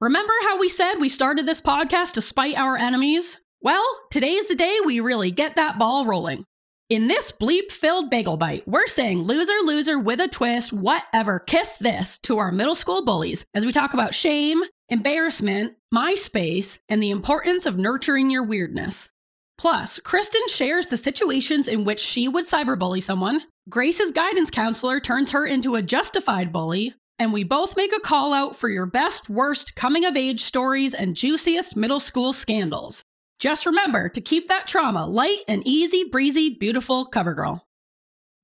Remember how we said we started this podcast to spite our enemies? Well, today's the day we really get that ball rolling. In this bleep filled bagel bite, we're saying loser, loser with a twist, whatever, kiss this to our middle school bullies as we talk about shame, embarrassment, MySpace, and the importance of nurturing your weirdness. Plus, Kristen shares the situations in which she would cyberbully someone, Grace's guidance counselor turns her into a justified bully, and we both make a call out for your best, worst coming of age stories and juiciest middle school scandals. Just remember to keep that trauma light and easy, breezy, beautiful cover girl.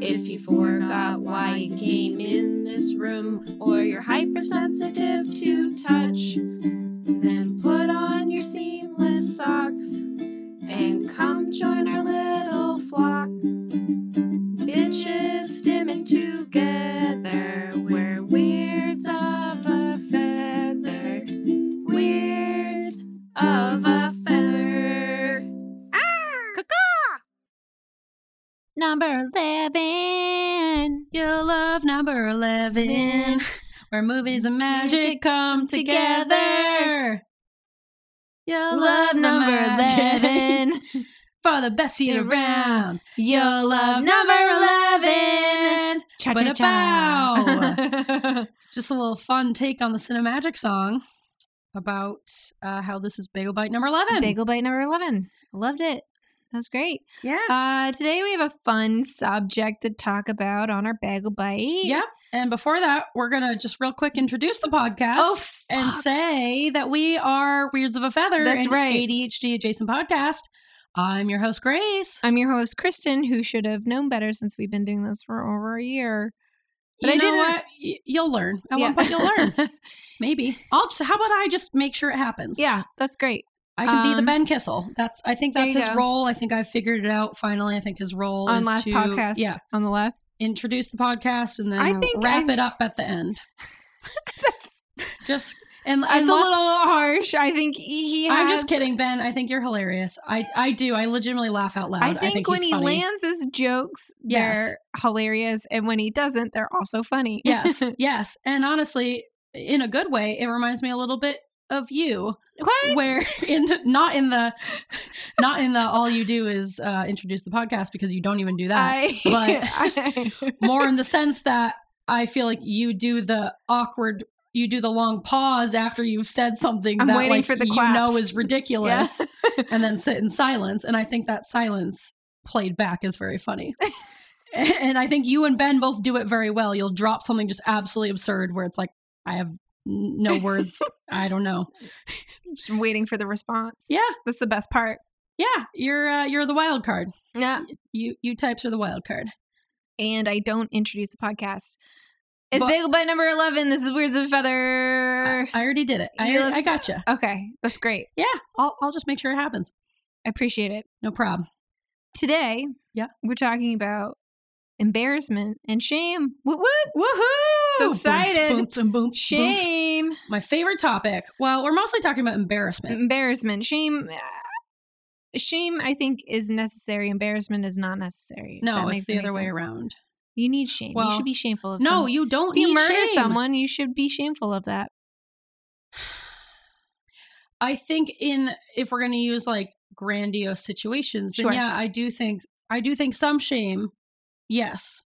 if you forgot why you came in this room or you're hypersensitive to touch, then put on your seamless socks and come join our little flock. Bitches stimming together, we're weirds of a feather. Weirds of a feather. Number 11. You love number 11, where movies and magic Magic come together. together. You Love the number magic 11. for the best seat around. You'll love number 11. Cha But cha cha. It's just a little fun take on the Cinemagic song about uh, how this is Bagel Bite number 11. Bagel Bite number 11. Loved it. That was great. Yeah. Uh, today we have a fun subject to talk about on our Bagel Bite. Yep. And before that, we're going to just real quick introduce the podcast Oh, and fuck. say that we are Weirds of a Feather. That's an right. ADHD adjacent podcast. I'm your host, Grace. I'm your host, Kristen, who should have known better since we've been doing this for over a year. But you I know didn't- what? Y- You'll learn. At Yeah. one point, you'll learn. Maybe. I'll just, how about I just make sure it happens? yeah, that's great. I can be the Um, Ben Kissel. That's, I think there that's you his go. role. I think I've figured it out finally. I think his role on is last to, podcast Yeah. on the left. Introduce the podcast and then I I'll think wrap I- it up at the end. That's, Just, and, and that's a lots- little harsh. I think he has. I'm just kidding, Ben. I think you're hilarious. I, I do. I legitimately laugh out loud. I think, when he's he funny. lands his jokes, Yes. they're hilarious, and when he doesn't, they're also funny. yes, yes. And honestly, in a good way, it reminds me a little bit of you, what? where in the, not in the not in the all you do is uh, introduce the podcast because you don't even do that. I, but- More in the sense that I feel like you do the awkward. You do the long pause after you've said something I'm that waiting like, for the you claps. know is ridiculous, Yeah. and then sit in silence. And I think that silence played back is very funny. and I think you and Ben both do it very well. You'll drop something just absolutely absurd where it's like, I have no words. I don't know. Just waiting for the response. Yeah, That's the best part. yeah. You're uh, you're the wild card. Yeah. You you types are the wild card. And I don't introduce the podcast. It's But- Bagel Butt number 11. This is Weirds of a Feather. I, I already did it. I, You're already- I lis- gotcha. okay, that's great. Yeah, I'll I'll just make sure it happens. I appreciate it. No problem. Today, Yeah. we're talking about embarrassment and shame. Woot woot! Woohoo! So excited. Booms, booms, and booms, booms. Shame. My favorite topic. Well, we're mostly talking about Mm, embarrassment. embarrassment shame uh, shame i think is necessary embarrassment is not necessary if that No, makes it's the any other way sense. around. you need shame you Well, should be shameful of No, someone. you don't if you need murder shame. someone you should be shameful of that I think in if we're going to use like grandiose situations, then Sure. yeah, I do think I do think some shame, yes,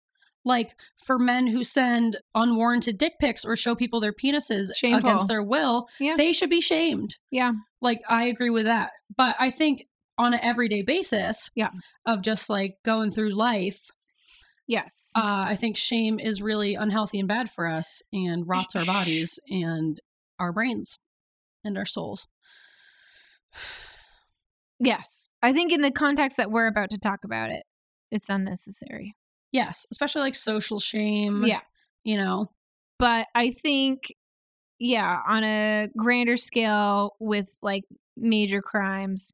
like for men who send unwarranted dick pics or show people their penises Shameful. against their will, Yeah. they should be shamed. Yeah. like I agree with that, but I think on an everyday basis, Yeah. of just like going through life, yes uh, I think shame is really unhealthy and bad for us and rots our bodies and our brains and our souls. yes i think in the context that we're about to talk about it it's unnecessary Um, Yes, especially like social shame. Yeah. You know, but i think yeah, on a grander scale with like major crimes,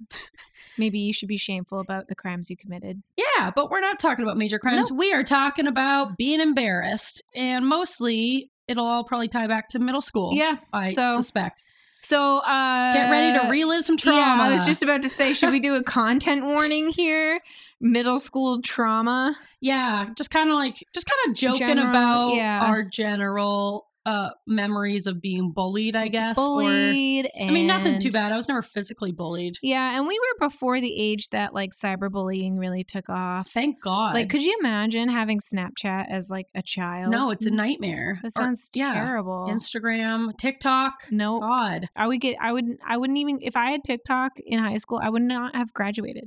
maybe you should be shameful about the crimes you committed. Yeah, but we're not talking about major crimes. We are talking about being embarrassed. And mostly, it'll all probably tie back to middle school. Yeah. I so- suspect. So uh Get ready to relive some trauma. Yeah, I was just about to say, should we do a content warning here? Middle school trauma. yeah, just kind of like just kind of joking General- about yeah. our general uh memories of being bullied, I guess. Or Bullied. I mean, nothing too and- bad. I was never physically bullied. Yeah, and we were before the age that like cyberbullying really took off. Thank God. Like, could you imagine having Snapchat as like a child? Mm, no, it's a nightmare. Mm-hmm. That Or- sounds terrible. Instagram, TikTok. no, God. I would get. I would. I wouldn't even. If I had TikTok in high school, I would not have graduated.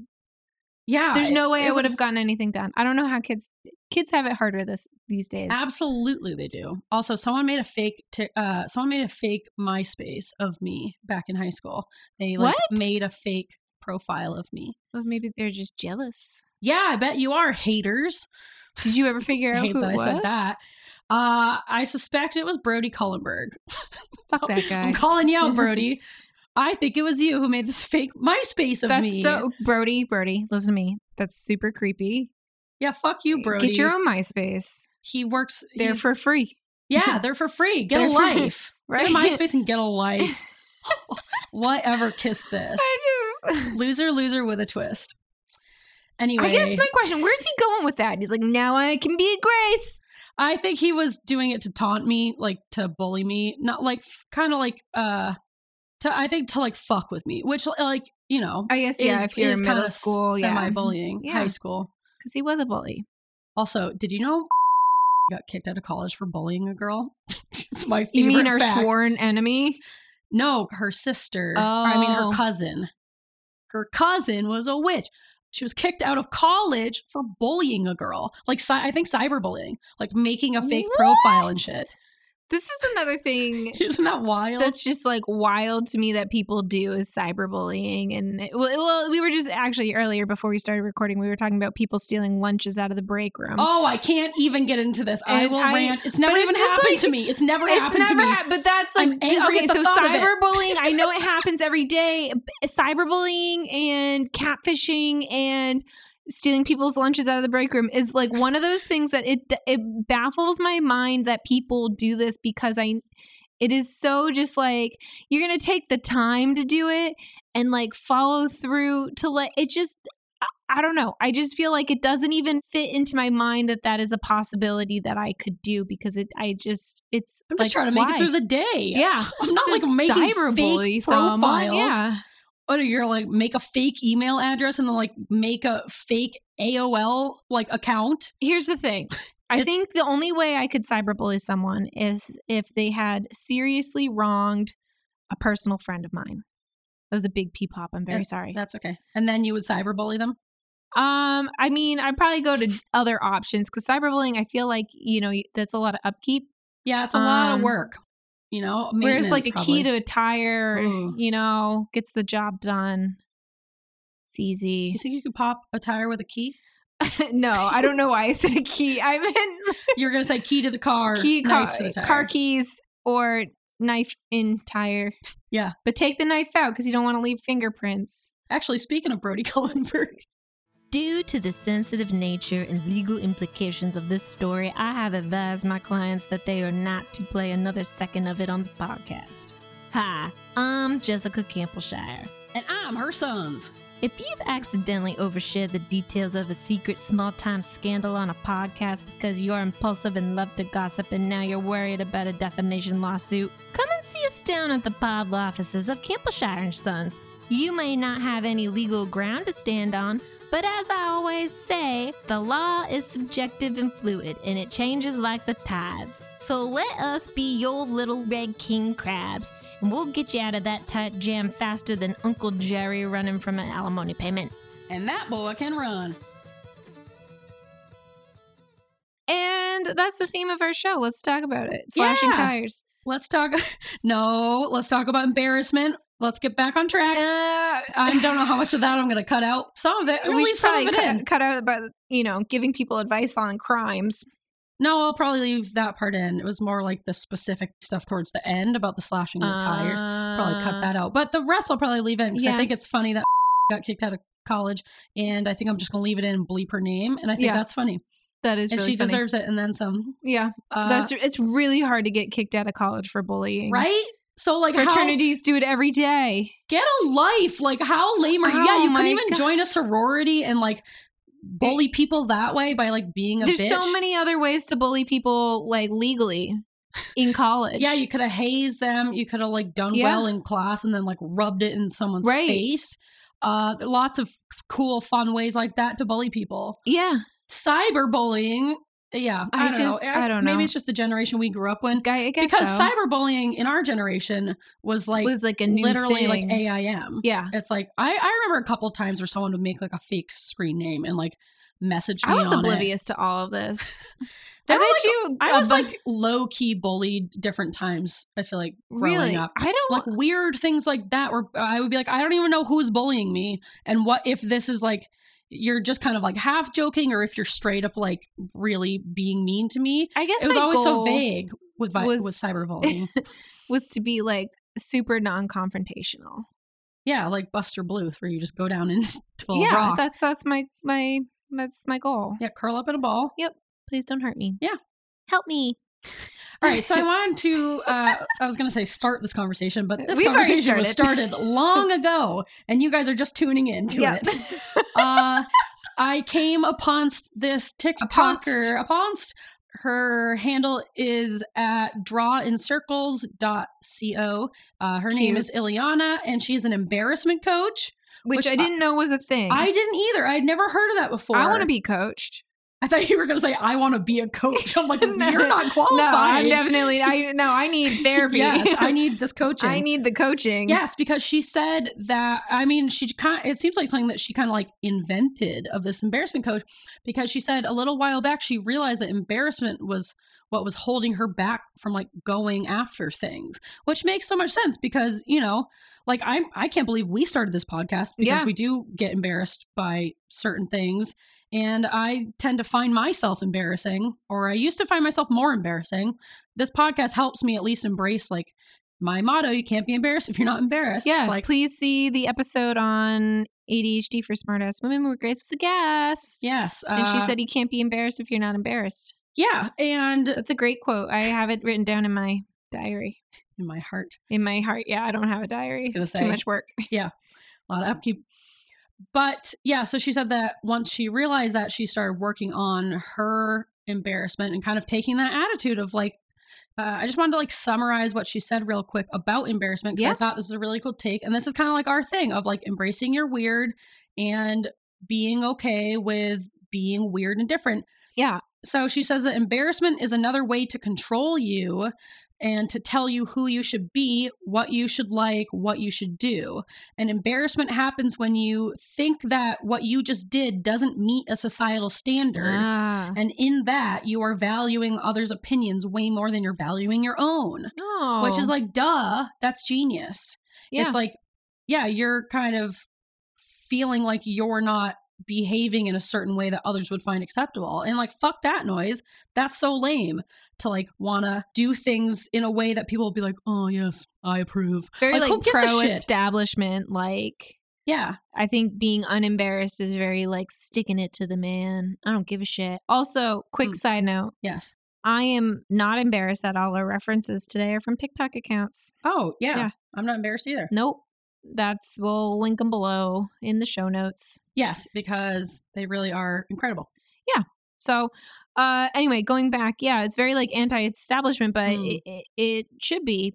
Yeah. There's it- no way it I would have gotten anything done. I don't know how kids kids have it harder this these days. Absolutely, they do. Also, someone made a fake. Ti- uh, someone made a fake MySpace of me back in high school. They like What? made a fake profile of me. Well, maybe they're just jealous. Yeah, I bet you are haters. Did you ever figure I out hate who that it was? I said that. Uh, I suspect it was Brody Cullenberg. Fuck that guy. I'm calling you out, Brody. I think it was you who made this fake MySpace of That's me. so Brody. Brody, listen to me. That's super creepy. yeah, fuck you, Brody. Get your own MySpace. he works They're he's- for free, yeah, they're for free. Get They're a for- life. right? Get a MySpace and get a life. Whatever. Kiss this. I just. Loser, loser with a twist. Anyway, I guess my question: Where's he going with that? He's like, now I can be a Grace. I think he was doing it to taunt me, like to bully me, not like kind of like uh, to I think to like fuck with me, which like you know, I guess yeah. is- if you're is in kinda middle school, yeah, semi-bullying, Yeah. high school. because he was a bully. Also, did you know got kicked out of college for bullying a girl? it's my favorite. You mean our fact. sworn enemy? No, her sister. or I mean, her Oh. cousin. Her cousin was a witch. She was kicked out of college for bullying a girl. Like, cy- I think cyberbullying, like making a fake profile and What? shit. This is another thing Isn't that wild? that's just like wild to me that people do is cyberbullying and it- well, well we were just actually earlier before we started recording we were talking about people stealing lunches out of the break room oh, I can't even get into this. I And will I- rant. It's never but even it's just happened like- to me. It's never it's happened to never me. happened but that's like I'm angry okay at the so thought of it. cyberbullying i know it happens every day b- cyberbullying and catfishing and stealing people's lunches out of the break room is like one of those things that it it baffles my mind that people do this because i it is so just like you're gonna take the time to do it and like follow through to let it just I- I don't know. I just feel like it doesn't even fit into my mind that that is a possibility that I could do because it. I just it's. I'm just like, trying to make why? it through the day. Yeah, I'm not Just like making cyberbully fake someone, profiles. Yeah, Or you're like make a fake email address and then like make a fake AOL like account. Here's the thing. I It's- think the only way I could cyberbully someone is if they had seriously wronged a personal friend of mine. That was a big pee pop. I'm very And sorry. That's okay. And then you would cyberbully them. Um, I mean, I'd probably go to other options because cyberbullying, I feel like, you know, that's a lot of upkeep. Yeah, it's a lot of Um, work. You know, Whereas, like, maintenance, a probably. key to a tire, Ooh. you know, gets the job done. It's You easy. think you could pop a tire with a key? no, I don't know why I said a key. I meant You're gonna say key to the car, key, knife car, to the tire. car keys or knife in tire. Yeah. But take the knife out because you don't want to leave fingerprints. Actually, speaking of Brody Cullenberg, Due to the sensitive nature and legal implications of this story, I have advised my clients that they are not to play another second of it on the podcast. Hi, I'm Jessica Campbellshire. and I'm her son's. If you've accidentally overshared the details of a secret small time scandal on a podcast because you're impulsive and love to gossip and now you're worried about a defamation lawsuit, come and see us down at the pod offices of Campbellshire and Sons. You may not have any legal ground to stand on, but as I always say, the law is subjective and fluid and it changes like the tides. So let us be your little red king crabs and we'll get you out of that tight jam faster than Uncle Jerry running from an alimony payment. And that boy can run. And that's the theme of our show. Let's talk about it. Slashing Yeah. tires. Let's talk. No, let's talk about embarrassment. Let's get back on track. Uh, I don't know how much of that I'm gonna cut out. Some of it. I'm gonna we leave should some of probably it in. cut, cut out about you know giving people advice on crimes. No, I'll probably leave that part in. It was more like the specific stuff towards the end about the slashing of the tires. Probably uh, cut that out. But the rest I'll probably leave in because I yeah. think it's funny that got kicked out of college. And I think I'm just going to leave it in and bleep her name. And I think Yeah. that's funny. That is and really she funny. deserves it. And then some. Yeah, Uh, that's it's really hard to get kicked out of college for bullying, right. So, like, how, Fraternities do it every day. get a life. Like, how lame are you? yeah, Oh you couldn't my even God. join a sorority and like bully people that way by like being a There's bitch. so many other ways to bully people, like legally, in college. Yeah, you could have hazed them. You could have like done Yeah. well in class and then like rubbed it in someone's Right. face. Uh, there are lots of cool, fun ways like that to bully people. yeah. Cyberbullying. Yeah, I, I don't just- know. eh, I don't Maybe know. it's just the generation we grew up with. I, I guess Because so. cyberbullying in our generation was like was like a new literally like thing. AIM. yeah. It's like I, I remember a couple times where someone would make like a fake screen name and like message me. I was on it. oblivious to all of this. There were, I bet like, you. I a was bu- like low key bullied different times. I feel like growing really. up. I don't. like weird things like that where I would be like, I don't even know who's bullying me. And what if this is like, you're just kind of like half joking or if you're straight up like really being mean to me. I guess it was my always so goal vague with vi- was- with cyberbullying. was to be like super non-confrontational. yeah, like Buster Bluth, where you just go down into a yeah, rock. that's that's my my that's my goal. yeah, curl up in a ball. Please don't hurt me. Yeah. Help me. All right, so I wanted to. Uh, I was going to say start this conversation, but this We've already conversation was started long ago, and you guys are just tuning in to Yeah. it. uh, I came upon st- this TikToker. Upon st- her handle is at drawincircles.co. Uh, her name Cute. is Ileana, and she's an embarrassment coach. which, Which I- I didn't know was a thing. I didn't either. I'd never heard of that before. I want to be coached. I thought you were going to say, I want to be a coach. I'm like, No. you're not qualified. No, I'm definitely. I no. I need therapy. Yes, I need this coaching. I need the coaching. Yes, because she said that. I mean, she kind. It seems like something that she kind of like invented of this embarrassment coach, because she said a little while back she realized that embarrassment was what was holding her back from like going after things, which makes so much sense because you know, like I I can't believe we started this podcast because Yeah. we do get embarrassed by certain things, and I tend to find myself embarrassing, or I used to find myself more embarrassing. This podcast helps me at least embrace like my motto you can't be embarrassed if you're not embarrassed Yeah. it's like please see the episode on ADHD for smartass women where Grace was the guest. yes uh, And she said, "You can't be embarrassed if you're not embarrassed." yeah and That's a great quote. I have it written down in my diary. in my heart In my heart, yeah, I don't have a diary. was gonna It's say. too much work. a lot of upkeep but yeah so she said that once she realized that she started working on her embarrassment and kind of taking that attitude of like uh, I just wanted to like summarize what she said real quick about embarrassment because I Yeah. thought this was a really cool take. And this is kind of like our thing of like embracing your weird and being okay with being weird and different. Yeah. So she says that embarrassment is another way to control you and to tell you who you should be, what you should like, what you should do. And embarrassment happens when you think that what you just did doesn't meet a societal standard. Ah. And in that, you are valuing others' opinions way more than you're valuing your own, Oh. which is like, duh, that's genius. yeah. It's like, yeah, you're kind of feeling like you're not behaving in a certain way that others would find acceptable. And like, fuck that noise. That's so lame to like wanna do things in a way that people will be like, oh, yes, I approve. It's very Like, like, who gives a pro shit? establishment. Like Yeah. I think being unembarrassed is very like sticking it to the man. I don't give a shit. Also, quick Hmm. side note: Yes. I am not embarrassed that all our references today are from TikTok accounts. Oh, yeah. Yeah. I'm not embarrassed either. Nope. That's we'll link them below in the show notes. Yes, because they really are incredible. So, uh, anyway, going back, yeah, it's very like anti-establishment, but Hmm. it, it, it should be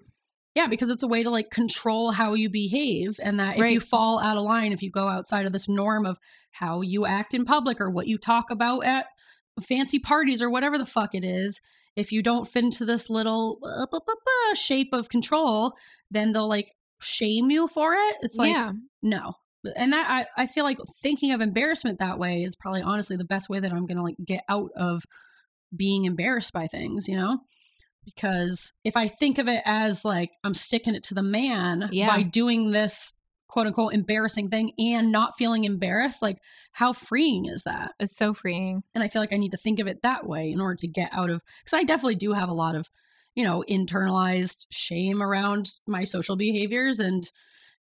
Yeah, because it's a way to like control how you behave, and that if you Right. fall out of line, if you go outside of this norm of how you act in public or what you talk about at fancy parties or whatever the fuck it is, if you don't fit into this little uh, bu- bu- bu shape of control, then they'll like shame you for it. It's like yeah, no, and that I I feel like thinking of embarrassment that way is probably honestly the best way that I'm gonna like get out of being embarrassed by things, you know because if I think of it as like I'm sticking it to the man Yeah. by doing this quote unquote embarrassing thing and not feeling embarrassed, like how freeing is that? It's so freeing. And I feel like I need to think of it that way in order to get out of because I definitely do have a lot of, you know, internalized shame around my social behaviors and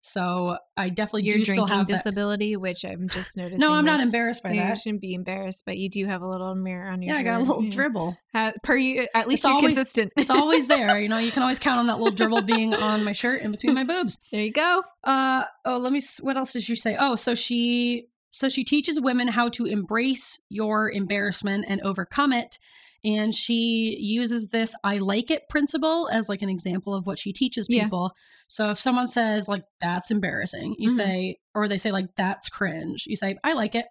so I definitely Your do still drinking have that. disability, which I'm just noticing. No, I'm that- not embarrassed by you that. shouldn't be embarrassed, but you do have a little mirror on your. Yeah, I got a shirt. little Yeah. dribble. Ha- per you, at It's least you're always- consistent. It's always there. You know, you can always count on that little dribble being on my shirt and between my boobs. there. You go. uh oh let me s- what else did she say oh so she so she teaches women how to embrace your embarrassment and overcome it and she uses this i like it principle as like an example of what she teaches Yeah. people so if someone says like that's embarrassing you Mhm. say or they say like that's cringe you say i like it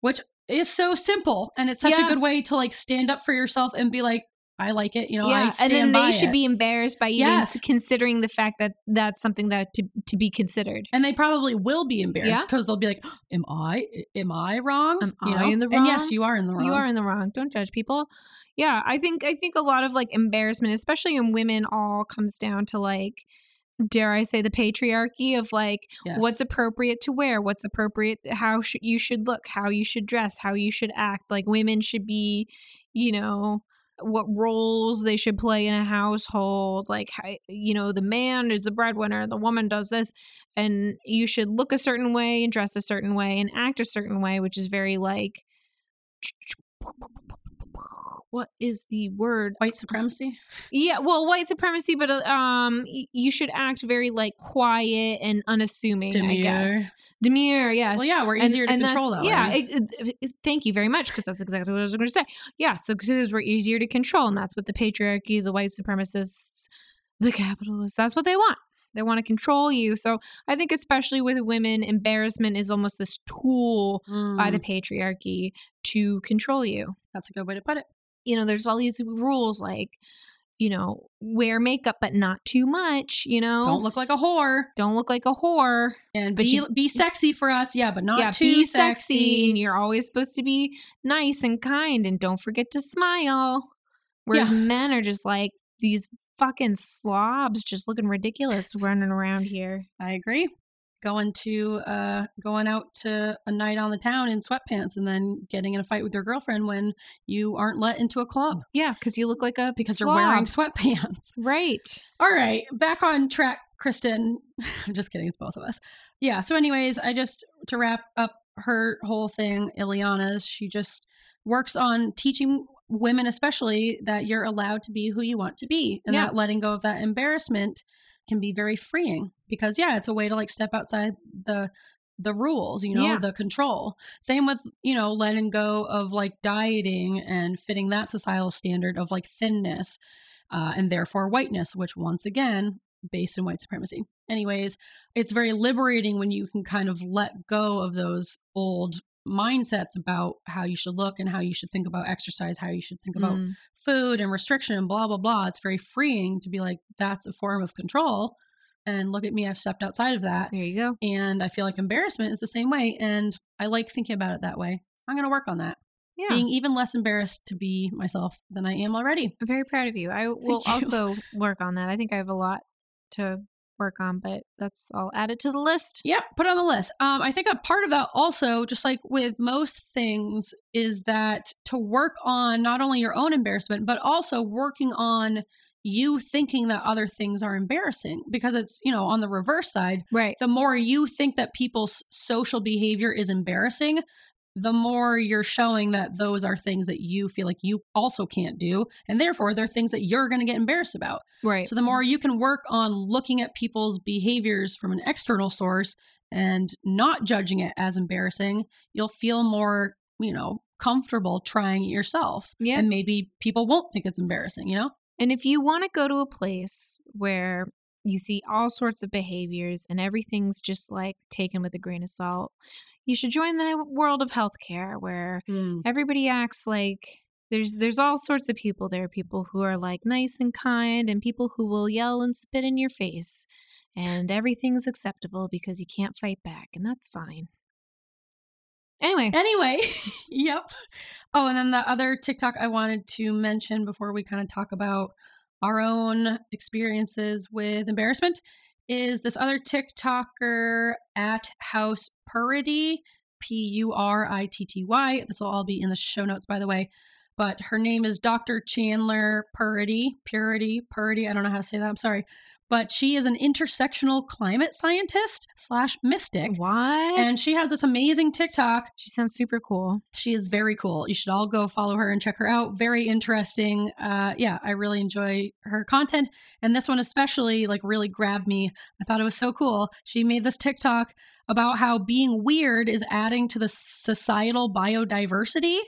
which is so simple and it's such Yeah. a good way to like stand up for yourself and be like i like it you know I yeah, stand and then they by should it." be embarrassed by even Yes. s- considering the fact that that's something that to to be considered. and they probably will be embarrassed Yeah. because they'll be like, "Am I? Am I wrong? Am I in the And yes, wrong? you are in the wrong. You are in the wrong. Don't judge people. Yeah, I think I think a lot of like embarrassment, especially in women, all comes down to like, dare I say, the patriarchy of like Yes. what's appropriate to wear what's appropriate how sh- you should look how you should dress how you should act like women should be you know what roles they should play in a household like how, you know the man is the breadwinner the woman does this and you should look a certain way and dress a certain way and act a certain way which is very like what is the word white supremacy? yeah, well, white supremacy, but uh, um, y- you should act very like quiet and unassuming. Demure. I guess demure. Yes. Well, yeah, we're easier to that's- control though. Yeah. it- it- it- thank you very much, because that's exactly what I was going to say. Yeah. So because we're easier to control, and that's what the patriarchy, the white supremacists, the capitalists. That's what they want. They want to control you. So I think, especially with women, embarrassment is almost this tool by the Mm. patriarchy to control you Hmm. that's a good way to put it. you know there's all these rules like you know wear makeup but not too much you know Don't look like a whore Don't look like a whore and Oh. But be you- be sexy for us. Yeah, but not yeah too be sexy. sexy and you're always supposed to be nice and kind and don't forget to smile whereas Yeah. men are just like these fucking slobs just looking ridiculous running around here I agree. Going to uh going out to a night on the town in sweatpants and then getting in a fight with your girlfriend when you aren't let into a club yeah because you look like a because slob. you're wearing sweatpants. right All right, back on track, Kristen. I'm just kidding. It's both of us. Yeah. So, anyways, I just to wrap up her whole thing, Ileana's. She just works on teaching women, especially, that you're allowed to be who you want to be, and Yeah. that letting go of that embarrassment can be very freeing because yeah, it's a way to like step outside the the rules, you know, Yeah. the control. Same with, you know, letting go of like dieting and fitting that societal standard of like thinness uh, and therefore whiteness, which once again, based in white supremacy. Anyways, it's very liberating when you can kind of let go of those old mindsets about how you should look and how you should think about exercise, how you should think about Mm. food and restriction and blah blah blah it's very freeing to be like that's a form of control and look at me i've stepped outside of that there you go and i feel like embarrassment is the same way and i like thinking about it that way i'm going to work on that yeah being even less embarrassed to be myself than i am already I'm very proud of you. I will you. also work on that. I think I have a lot to work on, but that's I'll add it to the list. Yep, put it on the list. Um, I think a part of that also, just like with most things, is that to work on not only your own embarrassment, but also working on you thinking that other things are embarrassing because it's, you know, on the reverse side, Right. the more you think that people's social behavior is embarrassing, the more you're showing that those are things that you feel like you also can't do. And therefore, they're things that you're going to get embarrassed about. Right. So the more you can work on looking at people's behaviors from an external source and not judging it as embarrassing, you'll feel more, you know, comfortable trying it yourself. Yeah. And maybe people won't think it's embarrassing, you know? And if you want to go to a place where you see all sorts of behaviors and everything's just like taken with a grain of salt, you should join the world of healthcare where everybody acts like there's there's all sorts of people there people who are like nice and kind and people who will yell and spit in your face and everything's acceptable because you can't fight back and that's fine anyway Anyway, yep. Oh, and then the other TikTok I wanted to mention before we kind of talk about our own experiences with embarrassment is this other TikToker at House Purity, P U R I T T Y. This will all be in the show notes, by the way. But her name is Dr. Chandler Purity, Purity, Purity. I don't know how to say that. I'm sorry. But she is an intersectional climate scientist slash mystic. What? And she has this amazing TikTok she sounds super cool. she is very cool. You should all go follow her and check her out. Very interesting. Uh, yeah, I really enjoy her content, and this one especially like really grabbed me. I thought it was so cool. She made this TikTok about how being weird is adding to the societal biodiversity.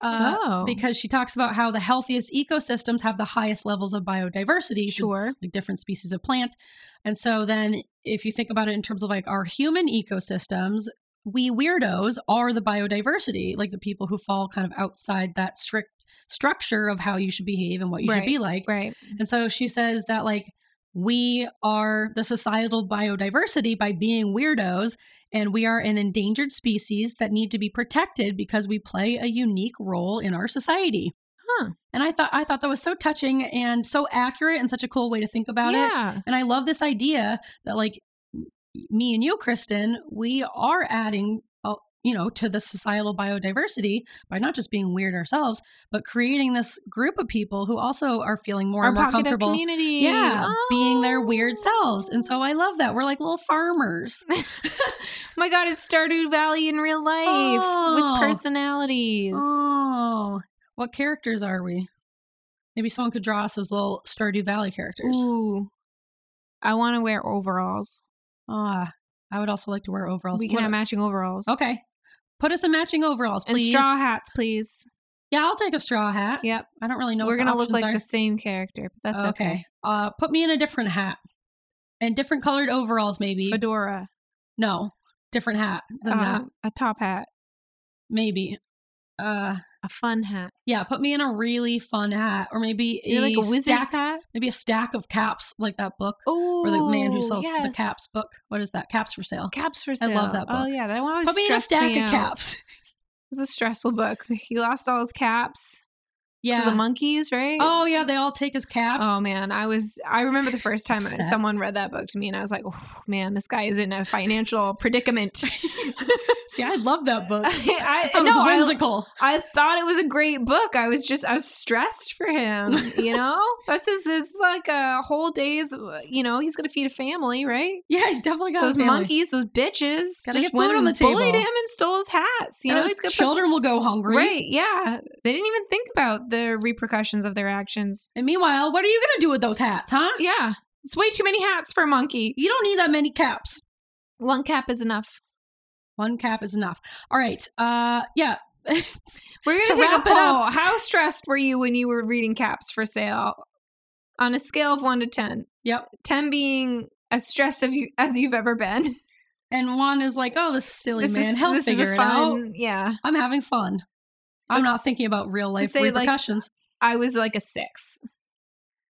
Uh, oh, Because she talks about how the healthiest ecosystems have the highest levels of biodiversity. So sure. like different species of plant. And so then if you think about it in terms of like our human ecosystems, we weirdos are the biodiversity, like the people who fall kind of outside that strict structure of how you should behave and what you should Right, be like. Right. And so she says that like we are the societal biodiversity by being weirdos and we are an endangered species that need to be protected because we play a unique role in our society. Huh. And I thought I thought that was so touching and so accurate and such a cool way to think about it. yeah. And I love this idea that like m- me and you, Kristen, we are adding, uh, you know, to the societal biodiversity by not just being weird ourselves, but creating this group of people who also are feeling more Our and more pocket of comfortable. community. Yeah, being their Oh. weird selves. And so I love that. We're like little farmers. Oh. my God, it's Stardew Valley in real life Oh. with personalities. oh, what characters are we? Maybe someone could draw us as little Stardew Valley characters. Ooh, I want to wear overalls. Ah, I would also like to wear overalls. We can What- have matching overalls. Okay. Put us in matching overalls, And please. straw hats, please. Yeah, I'll take a straw hat. Yep. I don't really know. We're what gonna look like the options same character, but are. that's okay. Uh, put me in a different hat and different colored overalls, maybe. Fedora, no, different hat than that, um, a top hat, maybe. Uh, a fun hat. yeah, put me in a really fun hat, or maybe You're like a stack, wizard's hat. maybe a stack of caps, like that book, Oh, or the man who sells yes. the caps book. What is that? Caps for sale. Caps for I sale. love that Oh book. yeah, that one always Put me in a stressed stack me of out. caps. It was a stressful book. He lost all his caps Yeah. to the monkeys, right? oh yeah, they all take his caps. Oh man, I was I remember the first time Upset. someone read that book to me and I was like, oh, man, this guy is in a financial predicament. See, I love that book. I, That was no, I- whimsical. I thought it was a great book. I was just I was stressed for him, you know? That's his it's like a whole day's you know, he's gonna feed a family, right? yeah, he's definitely got a Those family. monkeys, those bitches Gotta get just food went on the and bullied table. him and stole his hats. You And know, his he's gonna put- children will go hungry. Right, yeah. They didn't even think about the repercussions of their actions. And meanwhile, what are you going to do with those hats, huh? Yeah. It's way too many hats for a monkey. You don't need that many caps. One cap is enough. One cap is enough. All right. Uh yeah. We're To gonna take a wrap it up- poll. How stressed were you when you were reading caps for sale? On a scale of one to ten. Yep. Ten being as stressed of you as you've ever been. and one is like, "Oh, this silly man, is, he'll this figure is a it fun. out. Yeah. I'm having fun. I'm Let's- not thinking about real let's life say, like- repercussions." I was like a six.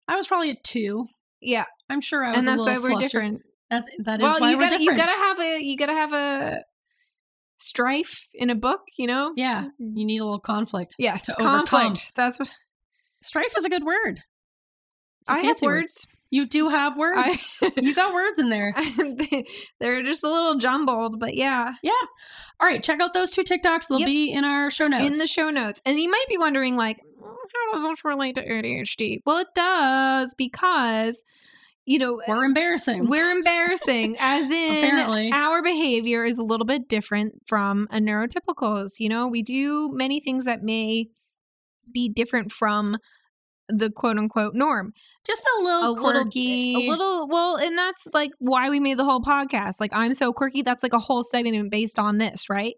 I was probably a 2. Yeah. I'm sure I was And a that's little why we're flustered. different. That that is well, why you we're gotta you different. gotta have a you gotta have a strife in a book, you know? yeah, Mm-hmm. you need a little conflict. Yes. To overcome. conflict. That's what Strife is a good word. It's a I have fancy word. words. You do have words. I, you got words in there. they're just a little jumbled, but yeah. All right, check out those two TikToks. They'll Yep. be in our show notes. in the show notes. And you might be wondering, like, "Mm, how does this relate to ADHD? Well, it does because, you know, We're embarrassing. we're embarrassing, as in Apparently. our behavior is a little bit different from a neurotypical's. You know, we do many things that may be different from the quote unquote norm. just a little a little- quirky. A little, well, and that's like why we made the whole podcast. Like, I'm so quirky. That's like a whole segment based on this, right?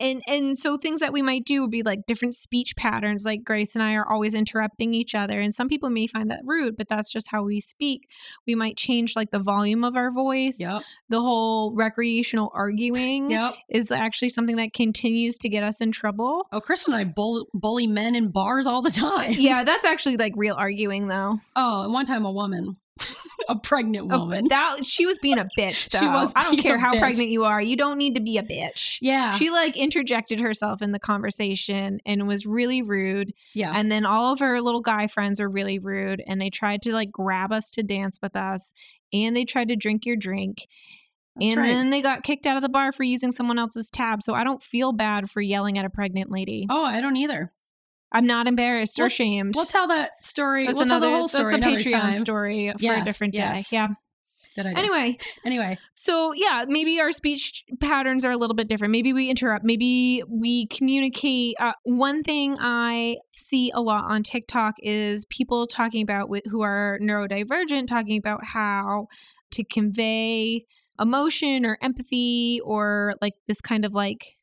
And and so things that we might do would be like different speech patterns. Like Grace and I are always interrupting each other, and some people may find that rude, but that's just how we speak. We might change like the volume of our voice. Yep. The whole recreational arguing Yep. is actually something that continues to get us in trouble. Oh, Chris and I bull- bully men in bars all the time. yeah, that's actually like real arguing though. Oh, and one time a woman a pregnant Oh, woman. that she was being a bitch though. She was I don't being care a how bitch. pregnant you are. You don't need to be a bitch. yeah. She like interjected herself in the conversation and was really rude. yeah. And then all of her little guy friends were really rude and they tried to like grab us to dance with us and they tried to drink your drink. That's and right. then they got kicked out of the bar for using someone else's tab. So I don't feel bad for yelling at a pregnant lady. oh, I don't either. I'm not embarrassed or We'll- ashamed. We'll tell that story. that's we'll another, tell the whole story that's a another Patreon time story for a Yes, different yes. day. Yeah. that I did. Anyway, anyway, So yeah, maybe our speech patterns are a little bit different. Maybe we interrupt. Maybe we communicate. Uh, one thing I see a lot on TikTok is people talking about with, who are neurodivergent talking about how to convey emotion or empathy or like this kind of like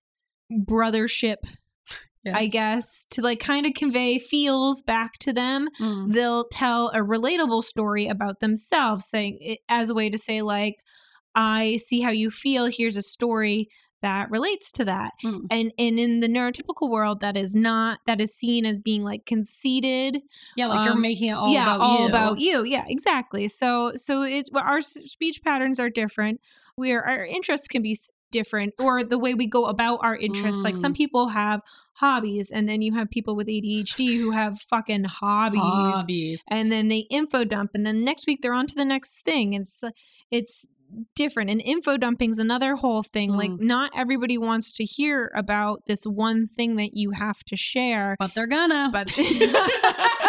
brothership, yes. I guess, to like kind of convey feels back to them Mm. they'll tell a relatable story about themselves, saying it as a way to say, like, I see how you feel. Here's a story that relates to that. Mm. And and in the neurotypical world, that is not that is seen as being like conceited. yeah, like you're um, making it all yeah, about all you. about you. Yeah, exactly. So so it's our s- speech patterns are different. Where our interests can be s- different, or the way we go about our interests. Like Mm. some people have hobbies, and then you have people with ADHD who have fucking hobbies Hobbies. and then they info dump and then next week they're on to the next thing it's it's different and info dumping's another whole thing like Mm. not everybody wants to hear about this one thing that you have to share But they're gonna. but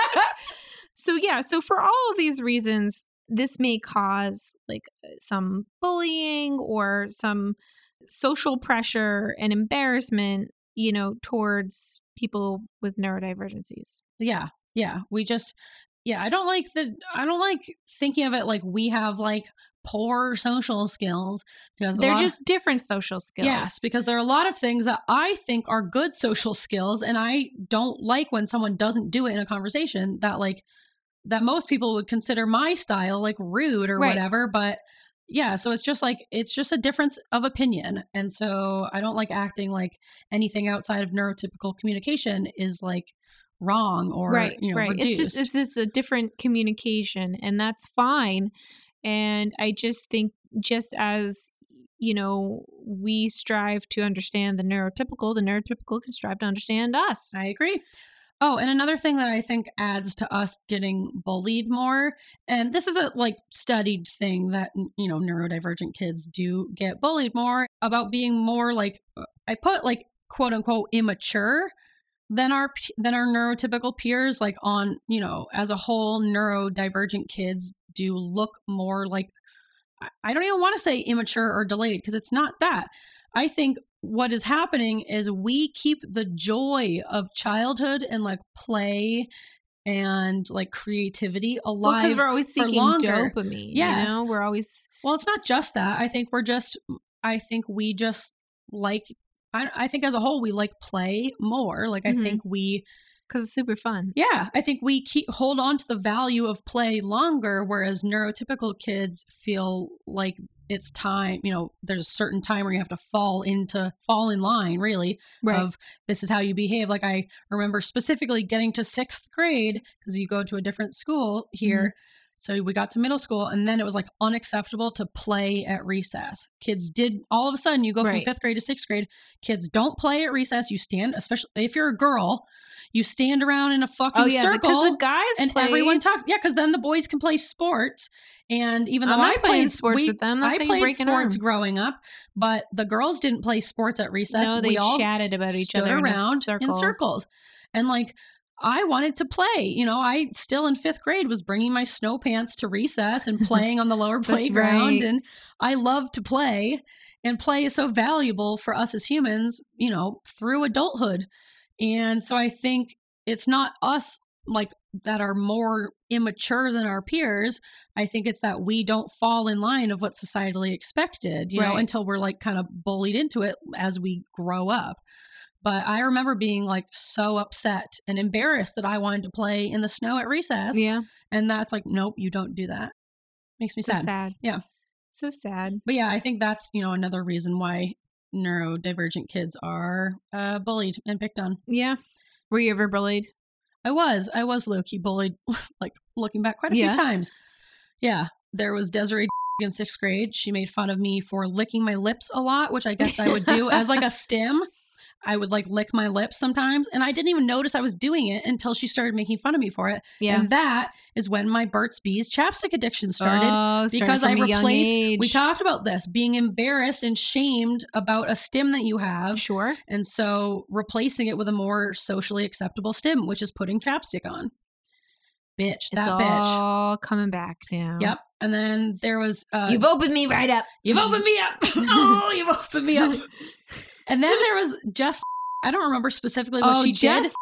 so yeah so for all of these reasons this may cause like some bullying or some social pressure and embarrassment you know towards people with neurodivergencies yeah yeah we just yeah i don't like the i don't like thinking of it like we have like poor social skills because a they're lot of- just different social skills yes because there are a lot of things that i think are good social skills and i don't like when someone doesn't do it in a conversation that like that most people would consider my style like rude or Right. whatever but yeah so it's just like it's just a difference of opinion and so i don't like acting like anything outside of neurotypical communication is like wrong or right you know right reduced. it's just it's just a different communication and that's fine and i just think just as you know we strive to understand the neurotypical the neurotypical can strive to understand us I agree. Oh, and another thing that I think adds to us getting bullied more, and this is a like studied thing that n- you know neurodivergent kids do get bullied more about being more like uh, I put like quote unquote immature than our p- than our neurotypical peers like on you know as a whole neurodivergent kids do look more like I- I don't even want to say immature or delayed because it's not that. I think what is happening is we keep the joy of childhood and like play and like creativity alive. because we're always for seeking longer. dopamine Yes. you know we're always well, it's not just that. I think we're just, I think we just like, I, I think as a whole, we like play more. Like, Mhm. I think we, because it's super fun yeah, I think we keep hold on to the value of play longer, whereas neurotypical kids feel like it's time, you know, there's a certain time where you have to fall into, fall in line, really. of this is how you behave. Like I remember specifically getting to sixth grade because you go to a different school Mm-hmm. here. So we got to middle school, and then it was like unacceptable to play at recess. Kids did all of a sudden you go from Right. fifth grade to sixth grade. Kids don't play at recess. You stand, especially if you're a girl, you stand around in a fucking oh yeah circle. because the guys and played. everyone talks, yeah, because then the boys can play sports, and even though I'm not Oh, I playing played sports we- with them that's I how you played break an arm. sports growing up, but the girls didn't play sports at recess. No, they we all chatted about each stood other in a around circle. circles, and like I wanted to play. You know, I still in fifth grade was bringing my snow pants to recess and playing on the lower That's playground, right. and I love to play. And play is so valuable for us as humans, you know, through adulthood. And so I think it's not us like that are more immature than our peers. I think it's that we don't fall in line of what's societally expected, you know, Right. until we're like kind of bullied into it as we grow up. But I remember being like so upset and embarrassed that I wanted to play in the snow at recess. yeah And that's like, nope, you don't do that. Makes me so sad. sad Yeah. so sad But yeah, I think that's, you know, another reason why neurodivergent kids are uh, bullied and picked on. yeah were you ever bullied I was. I was low key bullied, like looking back quite a Yeah. few times. Yeah, there was Desiree in sixth grade. She made fun of me for licking my lips a lot, which I guess I would do as like a stim. I would like lick my lips sometimes, and I didn't even notice I was doing it until she started making fun of me for it. Yeah. And that is when my Burt's Bees chapstick addiction started oh, started because I from a young replaced. We age. talked about this being embarrassed and shamed about a stim that you have, Sure. and so replacing it with a more socially acceptable stim, which is putting chapstick on. Bitch, that it's bitch. all coming back now. Yep. And then there was uh, You've opened me right up. you've opened me up. oh, you've opened me up. and then there was just I don't remember specifically what Oh, she did. Jess-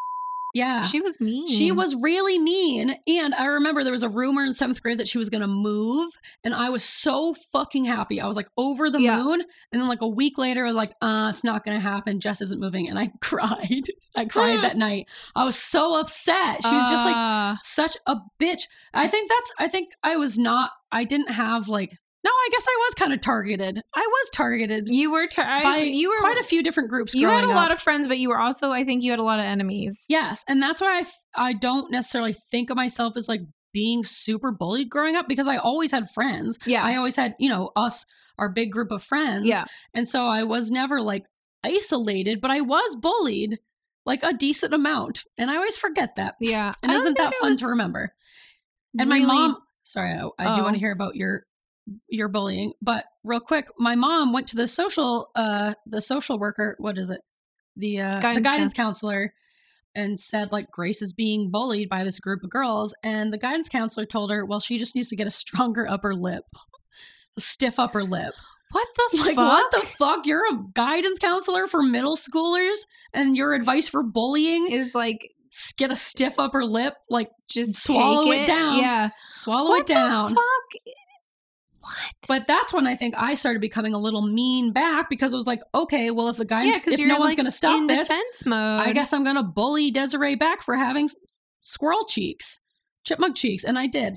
Yeah. She- She was mean. was really mean. And I remember there was a rumor in seventh grade that she was going to move. And I was so fucking happy. I was like over the Yeah. moon. And then, like, a week later, I was like, uh, it's not going to happen. Jess isn't moving. And I cried. I cried that night. I was so upset. She was just like, Uh, such a bitch. I think that's I think I was not I didn't have like no, I guess I was kind of targeted. I was targeted you were. Ter- I- by you were quite a few different groups. You had a growing lot up. of friends, but you were also, I think, you had a lot of enemies. yes, and that's why I f- I don't necessarily think of myself as like being super bullied growing up because I always had friends. Yeah. I always had you know us our big group of friends. yeah. and so I was never like isolated, but I was bullied like a decent amount, and I always forget that. Yeah. and I don't isn't think that I fun was to remember? And my really- mom, sorry, I, I do Oh. want to hear about your your bullying, but real quick, my mom went to the social uh the social worker, what is it? The uh the Guidance guidance counselor and said like Grace is being bullied by this group of girls and the guidance counselor told her, "Well, she just needs to get a stronger upper lip." A stiff upper lip. What the Like fuck? what the fuck? You're a guidance counselor for middle schoolers and your advice for bullying is like is get a stiff upper lip like just Swallow take it down. Yeah. swallow what it down. The fuck? What? But that's when I think I started becoming a little mean back because it was like, okay, well, if the guy, yeah, if because you're no one's like, going to stop in this, defense mode. I guess I'm going to bully Desiree back for having s- squirrel cheeks, chipmunk cheeks, and I did.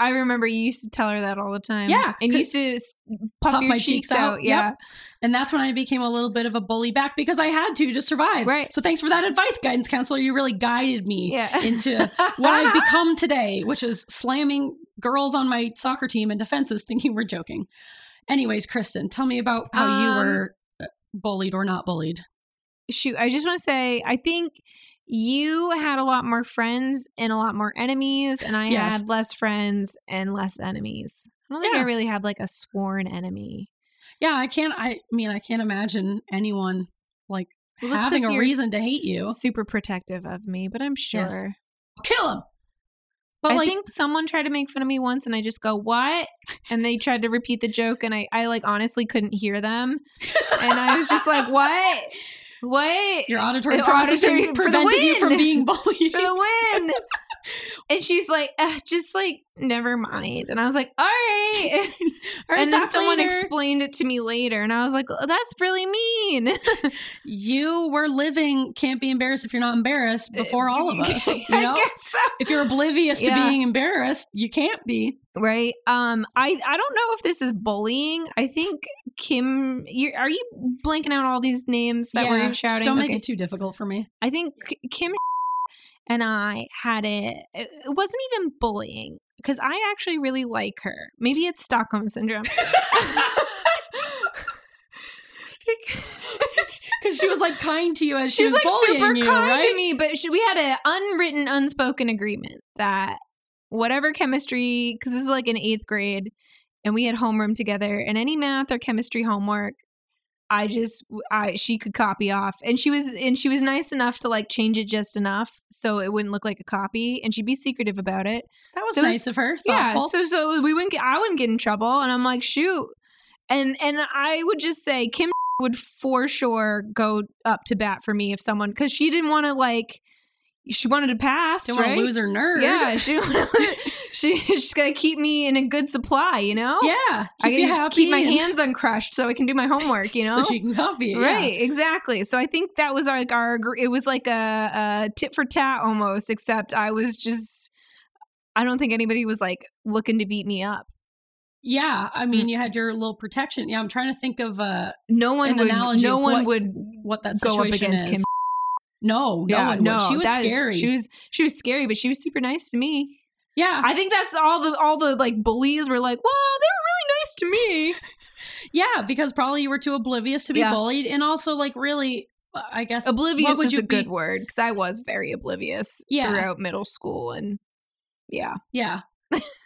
I remember you used to tell her that all the time. Yeah, and 'cause- you used to s- puff, Puff your my cheeks, cheeks out. out, Yeah, And that's when I became a little bit of a bully back because I had to to survive. Right. So thanks for that advice, guidance counselor. You really guided me yeah. Uh-huh. into what I've become today, which is slamming girls on my soccer team and defenses, thinking we're joking. Anyways, Kristen, tell me about how you Um, were uh, bullied or not bullied. shoot, I just want to say, I think you had a lot more friends and a lot more enemies, and I Yes. had less friends and less enemies. I don't think I Yeah. really had like a sworn enemy. Yeah, I can't. I mean, I can't imagine anyone like Well, that's having 'cause a you're reason to hate you. Super protective of me, but I'm sure. Yes. Kill him. But I like, think someone tried to make fun of me once, and I just go, "What?" And they tried to repeat the joke, and I, I like honestly couldn't hear them, and I was just like, "What? What?" your auditory Your processing auditory- for the prevented you from win. being bullied. for the win. and she's like, "Ugh, just like, never mind. And I was like, all right. All right, and then talk someone later. explained it to me later. And I was like, oh, that's really mean. you were living. Can't be embarrassed if you're not embarrassed before all of us. You Uh, I know? guess so. If you're oblivious to Yeah. being embarrassed, you can't be. Right. Um, I, I don't know if this is bullying. I think Kim, you are you blanking out all these names that Yeah, we're just shouting? don't make Okay. it too difficult for me. I think K- Kim and I had it. It it wasn't even bullying because I actually really like her. Maybe it's Stockholm syndrome. Because she was like kind to you as she She's was like bullying super you, kind right? to me, but she, we had an unwritten, unspoken agreement that whatever chemistry, because this was like in eighth grade, and we had homeroom together, and any math or chemistry homework, I just, I she could copy off, and she was, and she was nice enough to like change it just enough so it wouldn't look like a copy, and she'd be secretive about it. That was So it's- nice of her. Thoughtful. Yeah, so so we wouldn't get I wouldn't get in trouble and I'm like, shoot. And and I would just say Kim would for sure go up to bat for me if someone cuz she didn't want to like she wanted to pass, Didn't right? want to lose her nerve. yeah, she she she's going to keep me in a good supply, you know? Yeah. Oh, Keep I you can happy. keep my and- hands uncrushed so I can do my homework, you so know? she can copy it. yeah. Right, exactly. So I think that was like our agr- it was like a, a tit for tat almost, except I was just I don't think anybody was like looking to beat me up. Yeah. I mean, you had your little protection. Yeah. I'm trying to think of uh, Hmm. No one An would analogy no of one what would what that go up situation against is. Kim. No, no yeah, one would. She was that is- scary. she was she was scary, but she was super nice to me. Yeah. I think that's all the all the like bullies were like, well, they were really nice to me. Yeah, because probably you were too oblivious to be Yeah. bullied, and also like really, I guess Oblivious what would is you a good be- word because I was very oblivious Yeah. throughout middle school and yeah. Yeah,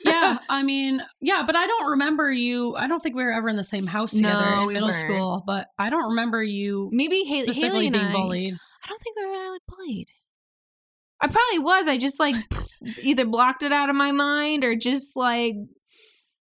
yeah. I mean, yeah, but I don't remember you. I don't think we were ever in the same house together No, in we middle weren't. school. But I don't remember you Maybe Haley, specifically Haley and being I. bullied. I don't think we were really bullied. I probably was. I just like either blocked it out of my mind or just like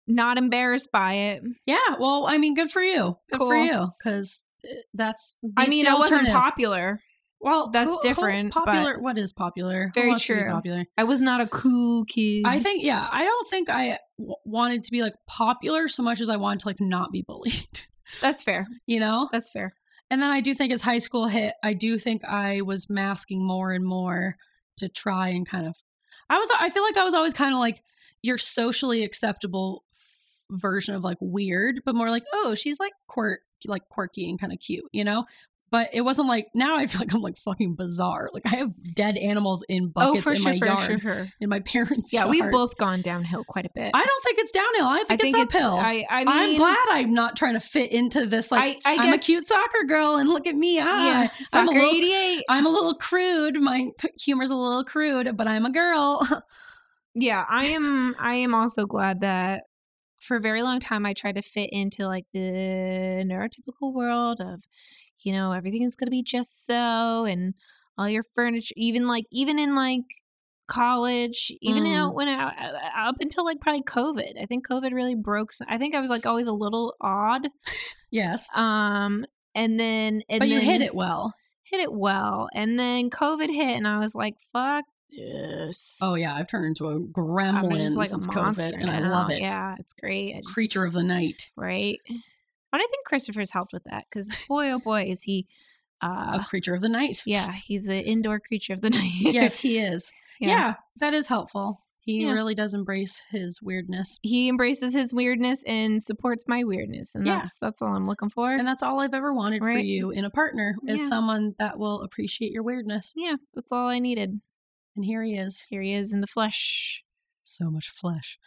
not embarrassed by it. Yeah. Well, I mean, good for you. Good for Cool. you, because that's. I it's mean, the I wasn't alternative. popular. Well, That's who- who- different, but- Popular. What is popular? Who Very wants to be true. Mm-hmm. Popular. I was not a cool kid. I think. Yeah. I don't think I w- wanted to be like popular so much as I wanted to like not be bullied. that's fair. You know. That's fair. And then I do think as high school hit, I do think I was masking more and more to try and kind of. I was. I feel like I was always kind of like your socially acceptable f- version of like weird, but more like oh, she's like quirk, like quirky and kind of cute, you know. But it wasn't like now. I feel like I'm like fucking bizarre. Like I have dead animals in buckets in my yard Oh, sure. in my parents' Yeah, yard. we've both gone downhill quite a bit. I don't think it's downhill. I think, it's uphill. I, I mean, I am glad I'm not trying to fit into this. Like I, I I'm a guess. cute soccer girl, and look at me. I, yeah, soccer little- 88. I'm a little crude. My p- humor's a little crude, but I'm a girl. yeah, I am. I am also glad that for a very long time I tried to fit into like the neurotypical world of, you know, everything is going to be just so, and all your furniture, even like even in like college, even Mm. out when I, I- up until like probably COVID. I think COVID really broke. s- I think I was like always a little odd. yes, Um, and then and but you then- hit it well. hit it well. And then COVID hit, and I was like, fuck this. Oh yeah, I've turned into a gremlin I'm just like a since monster, COVID, and I now. love it. Yeah, it's great. I just, Creature of the night, right? And I think Christopher's helped with that because boy, oh boy, is he. Uh, a creature of the night. yeah, he's an indoor creature of the night. yes, he is. Yeah. that is helpful. He Yeah. really does embrace his weirdness, He embraces his weirdness and supports my weirdness, and Yeah. that's that's all I'm looking for. and that's all I've ever wanted for Right. you in a partner is Yeah. someone that will appreciate your weirdness. yeah, that's all I needed. And here he is. Here he is in the flesh. So much flesh.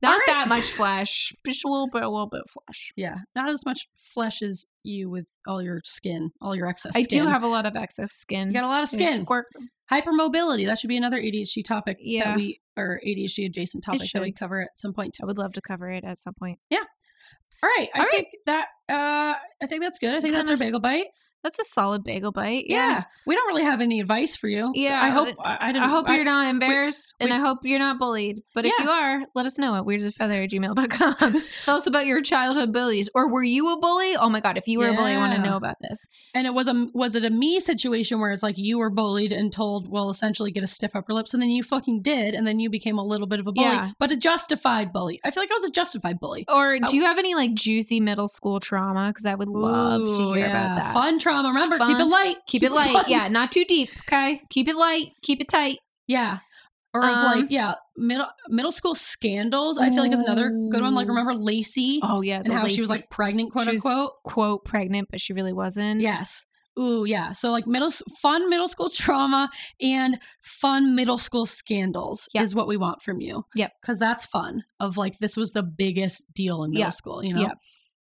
Not right. that much flesh, just a little bit, a little bit of flesh. Yeah, not as much flesh as you with all your skin, all your excess. I skin. do have a lot of excess skin. You got a lot of There's skin. squirt- Hypermobility. That should be another ADHD topic that Yeah. we or ADHD adjacent topic that we should. cover at some point. I would love to cover it at some point. All right. I All right. think that uh I think that's good. I think that's our Kinda- bagel bite. That's a solid bagel bite. Yeah. We don't really have any advice for you. Yeah, I hope but I, I didn't I hope I- you're not embarrassed we- and I hope you're not bullied. But if Yeah. you are, let us know at weirdsofeather at gmail.com. Tell us about your childhood bullies. Or were you a bully? Oh my God, if you were a bully, I want to Yeah. know about this. and it was a was it a me situation where it's like you were bullied and told, well, essentially get a stiff upper lips, and then you fucking did, and then you became a little bit of a bully. Yeah. But a justified bully. I feel like I was a justified bully. Or Oh. do you have any like juicy middle school trauma? Because I would love to Ooh, hear yeah. about that. Fun trauma. Remember, keep it Fun. light. Keep it light. fun. Yeah, not too deep. Okay. Keep it light. Keep it tight. Yeah. Or it's Um, like, yeah, middle middle school scandals, I feel like is another good one. Like Ooh. remember Lacey Oh, yeah. and the how she was lacy- like pregnant, quote She was- unquote. quote pregnant, but she really wasn't. Yes. Ooh, yeah. So like middle s- fun middle school trauma and fun middle school scandals Yep. is what we want from you. Yep. Cuz that's fun of like this was the biggest deal in middle Yep. school, you know. Yep.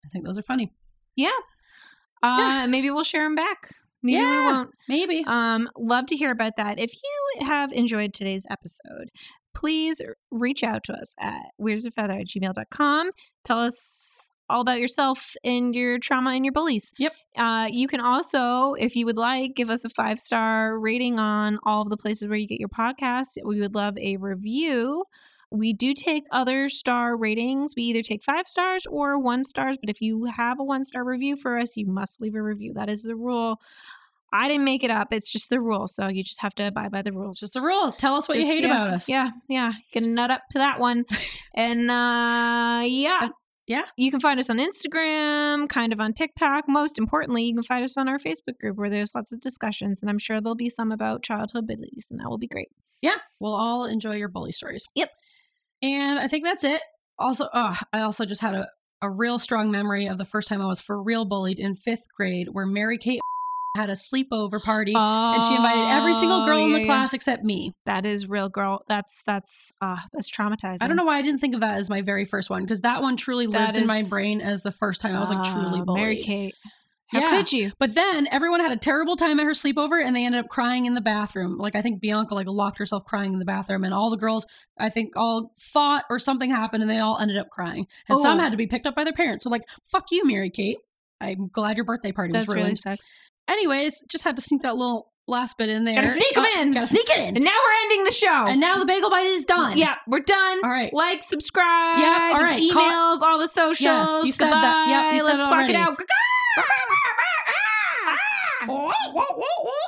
I think those are funny. Uh, Yeah. Maybe we'll share them back. Maybe Yeah. we won't. Maybe. Um, love to hear about that. If you have enjoyed today's episode, please reach out to us at weirdsofeather at gmail.com. Tell us all about yourself and your trauma and your bullies. Yep. Uh, you can also, if you would like, give us a five star rating on all of the places where you get your podcast. We would love a review. We do take other star ratings. We either take five stars or one stars, but if you have a one star review for us, you must leave a review. That is the rule. I didn't make it up. It's just the rule. So you just have to abide by the rules. it's just a rule. Tell us what Just- you hate yeah, about us. Yeah, yeah. You can nut up to that one. and uh yeah. yeah. You can find us on Instagram, kind of on TikTok. Most importantly, you can find us on our Facebook group where there's lots of discussions. And I'm sure there'll be some about childhood bullies, and that will be great. yeah, we'll all enjoy your bully stories. Yep. And I think that's it. Also, oh, I also just had a, a real strong memory of the first time I was for real bullied in fifth grade, where Mary Kate had a sleepover party. and she invited every single girl Oh, in yeah, the yeah. class except me. That is real girl. That's that's uh that's traumatizing. I don't know why I didn't think of that as my very first one because that one truly That lives in my is- brain as the first time I was like truly Ah, bullied. Mary Kate. How Yeah. could you? But then everyone had a terrible time at her sleepover and they ended up crying in the bathroom. Like I think Bianca like locked herself crying in the bathroom and all the girls I think all fought or something happened and they all ended up crying. And some Oh. had to be picked up by their parents. So like fuck you Mary Kate. I'm glad your birthday party That's was really ruined. sad. Anyways, just had to sneak that little last bit in there. Gotta sneak 'em Oh, in. Gotta sneak it in. And now we're ending the show. And now the bagel bite is done. yeah, we're done. All right. Like, subscribe. Yeah, all right. Call- Emails, all the socials. Yes, you said Goodbye. that. Yeah, you said Let's it spark already. it out. Uh.